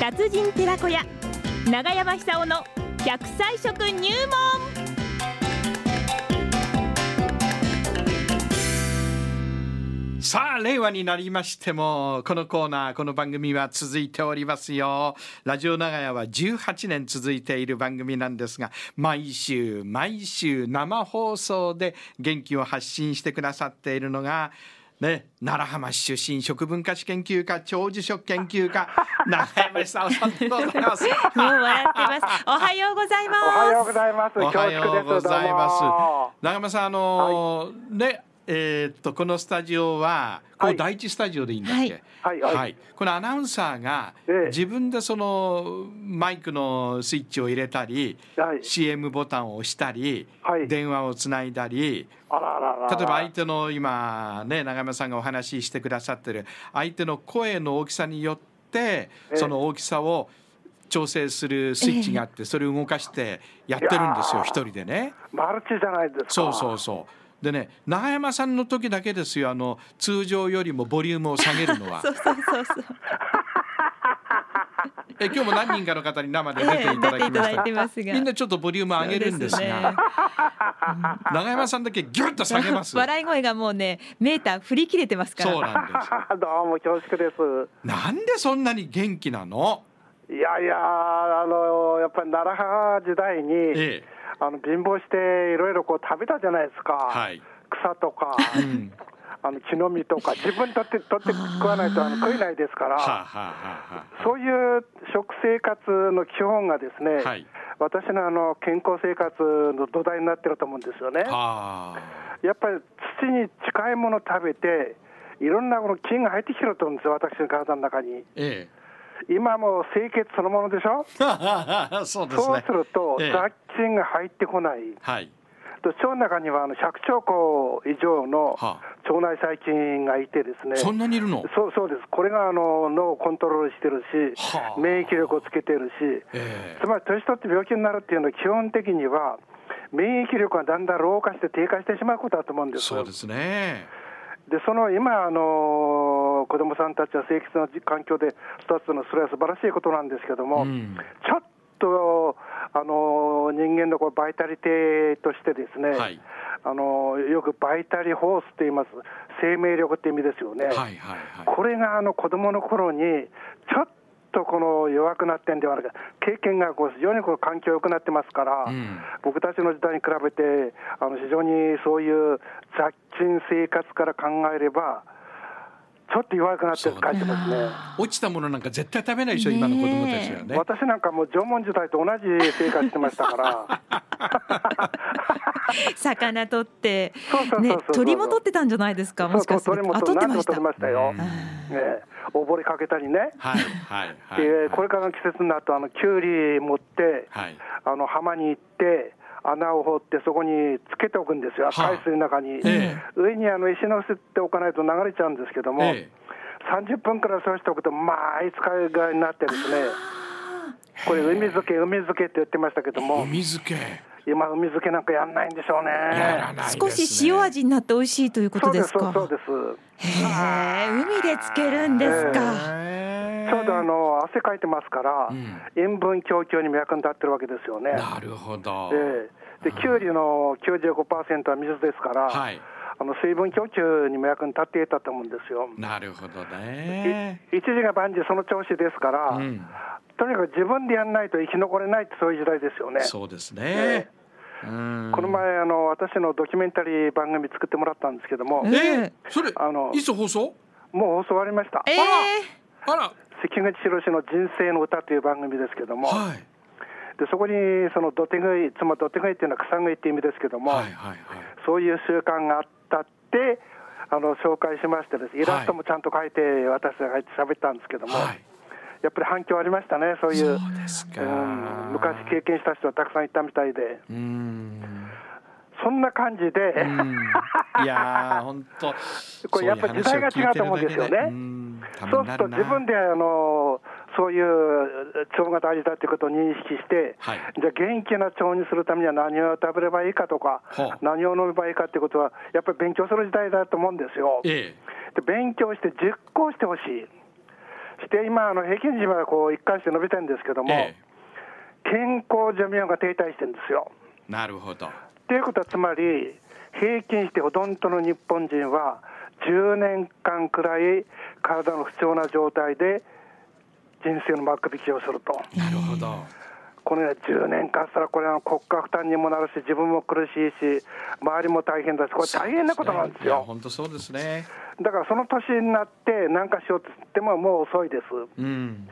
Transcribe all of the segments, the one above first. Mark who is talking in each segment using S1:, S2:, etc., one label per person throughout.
S1: 達人寺子屋長山久夫の100歳食入門
S2: さあ令和になりましてもこのコーナーこの番組は続いておりますよラジオ長屋は18年続いている番組なんですが毎週毎週生放送で元気を発信してくださっているのがね、奈良浜市出身食文化史研究家長寿食研究家長山久夫さんでございます。
S1: もう笑ってますおはようございます
S3: おはようございます。
S2: おはようございます
S3: 恐縮
S2: 長山さんあのーねえーっとこのスタジオはこ
S3: は
S2: う
S3: い
S2: 第一スタジオでいいんだっけ、
S3: はいはい
S2: このアナウンサーが
S3: ええ
S2: 自分でそのマイクのスイッチを入れたり、
S3: どうもはい。
S2: CM ボタンを押したり、
S3: はい
S2: 電話をつないだり
S3: あらあらあらあら。
S2: 例えば相手の今ね長山さんがお話ししてくださってる相手の声の大きさによって
S3: え
S2: その大きさを調整するスイッチがあってそれを動かしてやってるんですよ
S3: いやー
S2: 一人でね。
S3: マルチじゃないですか。
S2: そうそうそう。でね、長山さんの時だけですよ、あの通常よりもボリュームを下げるのは。
S1: そうそうそうそう
S2: え、今日も何人かの方に生で
S1: え
S2: 出て
S1: え
S2: い
S1: 出ていた
S2: ただきまし
S1: だい
S2: た
S1: て。ますが
S2: みんなちょっとボリューム上げるんですが、長山さんだけギュッと下げます。
S1: 笑い声がもうねメーター振り切れてますから
S2: そうなんです。
S3: う。 どうも恐縮です。
S2: なんでそんなに元気なの？
S3: いやいやあのやっぱり奈良派時代に、
S2: ええ、
S3: あの貧乏していろいろこう食べたじゃないですか。
S2: はい。
S3: 草とか。
S2: うん。
S3: あの木の実とか自分取って取って食わないとあの食えないですか
S2: はあ、は
S3: ら、
S2: あはあは
S3: そういう食生活の基本がですね、
S2: はい
S3: 私のあの健康生活の土台になってると思うんですよね。
S2: あ。はあ。
S3: やっぱり土に近いものを食べて、いろんなこの菌が入ってきてると思うんですよ、私の体の中に。
S2: え
S3: 今もう清潔そのものでしょ、
S2: え。はあはあはあそうですね。
S3: そうすると
S2: ええ
S3: 雑菌が入ってこない、
S2: はい。
S3: と腸の中にはあの100兆個以上の
S2: は
S3: 腸内細菌がいてですね。
S2: そんなにいるの？
S3: そうそうです、これがあの脳をコントロールしてるし、
S2: はあ
S3: 免疫力をつけてるし、
S2: ええ
S3: つまり年取って病気になるっていうのは、基本的には免疫力がだんだん老化して低下してしまうことだと思うんです
S2: そうですね。
S3: でその今、あの子どもさんたちは清潔な環境で育つのは、それは素晴らしいことなんですけども、
S2: うん
S3: ちょっと、あの人間のこうバイタリティとしてですね、
S2: はい
S3: あのよくバイタリホースって言います、生命力って意味ですよね。
S2: はいはいはい。
S3: これがあの子供の頃に、ちょっとこの弱くなってんではなく経験がこう非常にこう環境良くなってますから、
S2: うん
S3: 僕たちの時代に比べて、あの非常にそういう雑菌生活から考えれば、ちょっと弱くなってる感じますね。
S2: 落ちたものなんか絶対食べないでしょ、今の子供たちはね。
S3: 私なんかもう縄文時代と同じ生活してましたから、
S1: 魚取って
S3: そうそうそうそう
S1: ね鳥も取ってたんじゃないですかもしかす
S3: そう
S1: る
S3: 鳥
S1: と
S3: も
S1: あ取って
S3: 何
S1: ま
S3: も
S1: した
S3: 取りましたよ、
S2: うん
S3: ねえ、溺れかけたりね、
S2: はいはいはい。
S3: でこれからの季節になると、あのキュウリ持って、
S2: はい。
S3: あの浜に行って、穴を掘って、そこにつけておくんですよ、
S2: はあ
S3: 海水の中に。
S2: え
S3: 上にあの石のせておかないと流れちゃうんですけども、
S2: ええ
S3: 30分くらいそうしておくと、まあ、あいつかぐらいになってですね、これ、海漬け、海漬けって言ってましたけども、
S2: 海漬け。
S3: 今、海漬けなんかやんないんでしょう
S2: やらな
S3: ね。
S2: いですね
S1: 少し塩。味になって美味しいというこ
S3: そ
S1: と
S3: う
S1: で
S3: ですす、そう
S1: か
S3: そうです。
S1: へえ海でつけるんですか、
S2: へえ
S3: ちょうどあの汗かいてますから、
S2: うん
S3: 塩分供給にも役に立ってるわけですよね。
S2: なるほど。
S3: ええで、きゅうりの95%は水ですから、
S2: はい。
S3: あの水分供給にも役に立っていたと思うんですよ。
S2: なるほど
S3: い
S2: ね。
S3: 一時が万事その調子ですから、
S2: うん。
S3: とにかく自分でやんないと生き残れないってそういう時代ですよね。
S2: そうですね。うん
S3: この。前あの私のドキュメンタリー番組作ってもらったんですけども、
S1: え
S2: え、それ
S3: あの
S2: いつ放送？
S3: もう放送終わりました。
S1: え
S2: あら、
S3: 関口宏の人生の歌という番組ですけども、
S2: はい
S3: でそこにその土手食い、つまり土手食いっていうのは草食いって意味ですけども、
S2: はいはいはい。
S3: そういう習慣があったって。あの紹介しましてですイラストもちゃんと書いて、私が書いて喋ったんですけども、
S2: はい。
S3: やっぱり反響ありましたね、そういう
S2: そうですか
S3: うん、昔経験した人はたくさんいたみたいで、
S2: うん。
S3: そんな感じで、
S2: うんいやー、本当。
S3: これやっぱ時代が違うと思うんですよね
S2: うんため
S3: そ
S2: に
S3: うす
S2: なる
S3: ると
S2: な
S3: 自分であのそういう腸が大事だということを認識して、
S2: はい
S3: じゃあ、元気な腸にするためには何を食べればいいかとか
S2: ほう、
S3: 何を飲めばいいかということは、やっぱり勉強する時代だと思うんですよ。で
S2: ええ
S3: 勉強して実行してほしい。して今、あの平均寿命がこう一貫して伸びてるんですけども、
S2: え
S3: 健康寿命が停滞してるんですよ。
S2: え、なるほど。
S3: ということはつまり平均してほとんどの日本人は10年間くらい体の不調な状態で人生の幕引きをすると
S2: なるほど。
S3: このね10年間したらこれは国家負担にもなるし自分も苦しいし周りも大変だしこれ大変なことなんです
S2: いや
S3: よ
S2: 本当そうですね。
S3: だからその年になって何かしようとしてももう遅いです
S2: うん。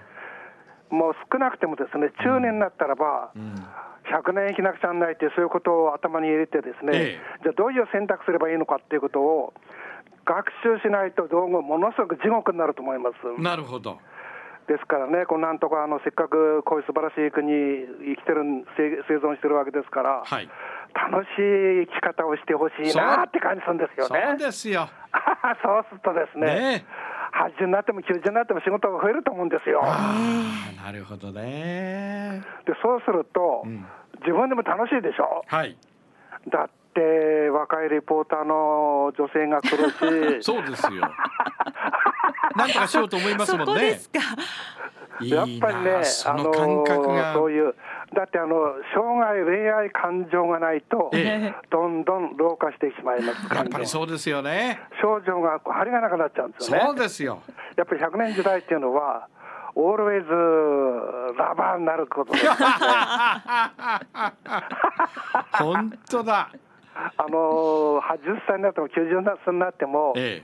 S3: もう少なくてもですね中年になったらば、
S2: うん。
S3: 100年生きなくちゃならないっていうそういうことを頭に入れてですね、
S2: ええ
S3: じゃあどういう選択すればいいのかっていうことを学習しないと老後ものすごく地獄になると思います。
S2: なるほど。
S3: ですからね、このなんとかあのせっかくこういう素晴らしい国生きてるん生生存してるわけですから、
S2: はい。
S3: 楽しい生き方をしてほしいなって感じするんですよ
S2: そう
S3: ね。
S2: ですよ。
S3: そうするとですね、
S2: ねえ。
S3: 80になっても90になっても仕事が増えると思うんですよ。
S2: ああ、なるほどね。
S3: でそうすると、
S2: うん
S3: 自分でも楽しいでしょ。
S2: はい。
S3: だって若いリポーターの女性が苦し い
S2: そうですよ。なんとかしようと思います
S1: そ
S2: も
S1: こ
S2: んね。
S1: ですか。
S2: いい
S3: やっ
S2: な
S3: ぱりね
S2: その感覚が。
S3: あのそういうだってあの生涯恋愛感情がないと、
S2: え
S3: どんどん老化してしまいます
S2: やっ
S3: 感
S2: ぱ
S3: 情
S2: りそうですよね。
S3: 症状がこう張りがなくなっちゃうんですよね
S2: そうです よ。
S3: やっぱり100年時代っていうのはオールウェイズラバーになること です
S2: 本当だ。
S3: あの80歳になっても90歳になっても
S2: え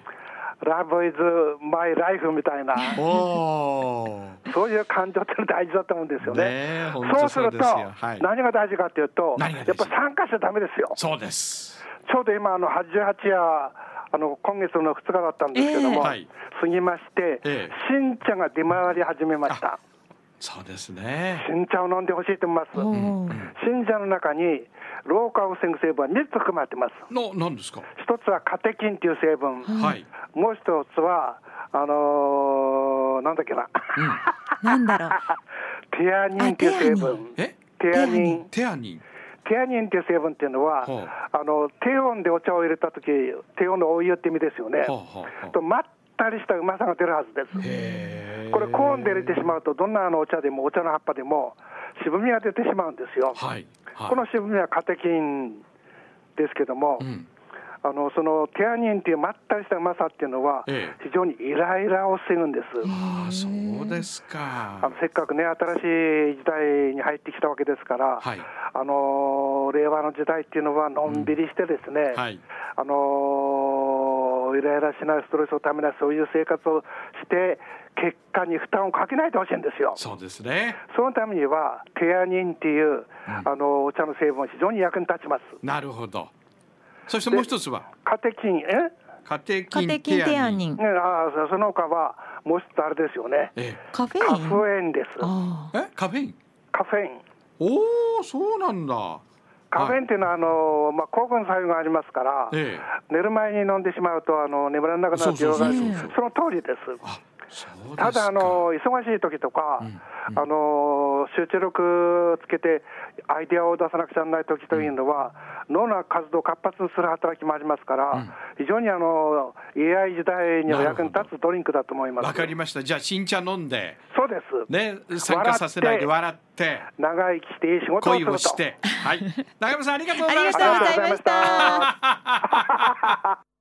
S3: ラブイズマイライフみたいな
S2: え。おお。
S3: そういう感情っての大事だと思うんですよ
S2: ね
S3: ね。
S2: え本当そうですよ
S3: そうすると、
S2: はい
S3: 何が大事かというと、
S2: 何が
S3: やっ
S2: 大事
S3: ぱ参加しちゃだめですよ。
S2: そうです。
S3: ちょうど今、あの88夜、あの今月の2日だったんですけども、
S1: ええ
S2: はい
S3: 過ぎまして、
S2: ええ
S3: 新茶が出回り始めました。
S2: そうですね。
S3: 新茶を飲んでほしいと思いま す。
S1: おー
S3: 新茶の中に老化を防ぐ成分は3つ含まれてます。
S2: の、なんですか。
S3: 一つはカテキンという成分、
S2: はい。
S3: もう一つは、あのーなんだっけな、
S1: なんだろう。
S3: テアニンという成分。
S2: え、
S3: テアニン。
S2: テアニン。
S3: テアニンっていう成分っていうのは、
S2: ほう
S3: あの低温でお茶を入れたとき、低温のお湯って意味ですよね。
S2: ほうほうほう
S3: とまったりしたうまさが出るはずです。
S2: へえ。
S3: これ、コーンで入れてしまうと、どんなあのお茶でもお茶の葉っぱでも渋みが出てしまうんですよ。
S2: はい。はい。
S3: この渋みはカテキンですけども、
S2: うん。
S3: あのそのテアニンっていうまったりしたうまさっていうのは、
S2: え
S3: 非常にイライラを防ぐんです。
S2: ああ、そうです
S3: あ
S2: か
S3: の。せっかくね、新しい時代に入ってきたわけですから、
S2: はい
S3: あの令和の時代っていうのは、のんびりしてですね、
S2: はい。
S3: あのイライラしない、ストレスをためない、そういう生活をして、結果に負担をかけないでほしいんですよ。
S2: そうですね。
S3: そのためには、テアニンっていう、あのお茶の成分は非常に役に立ちます。
S2: なるほど。そしてもう一つは。
S3: カテキン、え
S2: カテ
S1: カ
S2: キン
S1: テキンテアニン。
S3: ね、あーそその他は、もう一つあれですよね、
S2: え
S1: カフ
S3: カ
S1: ェイン。
S3: フェインです。
S1: あ
S2: ええカフェイン
S3: カフェイン。
S2: おおそうなんだ
S3: カフェイン
S2: ン
S3: っていうのは、あのまあ、抗菌作用がありますから、
S2: ええ
S3: 寝る前に飲んでしまうと、あの眠らなくなるっていうのがある
S2: そうそうそうそう
S3: その通りです。
S2: あそうですか
S3: ただあの忙しい時とか、あの集中力つけてアイデアを出さなくちゃならない時というのは、脳の活動を活発にする働きもありますから、非常にあの AI 時代には役に立つドリンクだと思います。
S2: わかりましたじゃあ新茶飲んで
S3: そうです。
S2: ね参加させないで笑って
S3: 長生きしていい仕事をす
S2: 恋
S3: ると。
S2: をしてはい中山さんありがとう
S1: あ。
S2: ご
S1: ありが
S2: ざいまし
S1: と
S2: た
S1: うございました。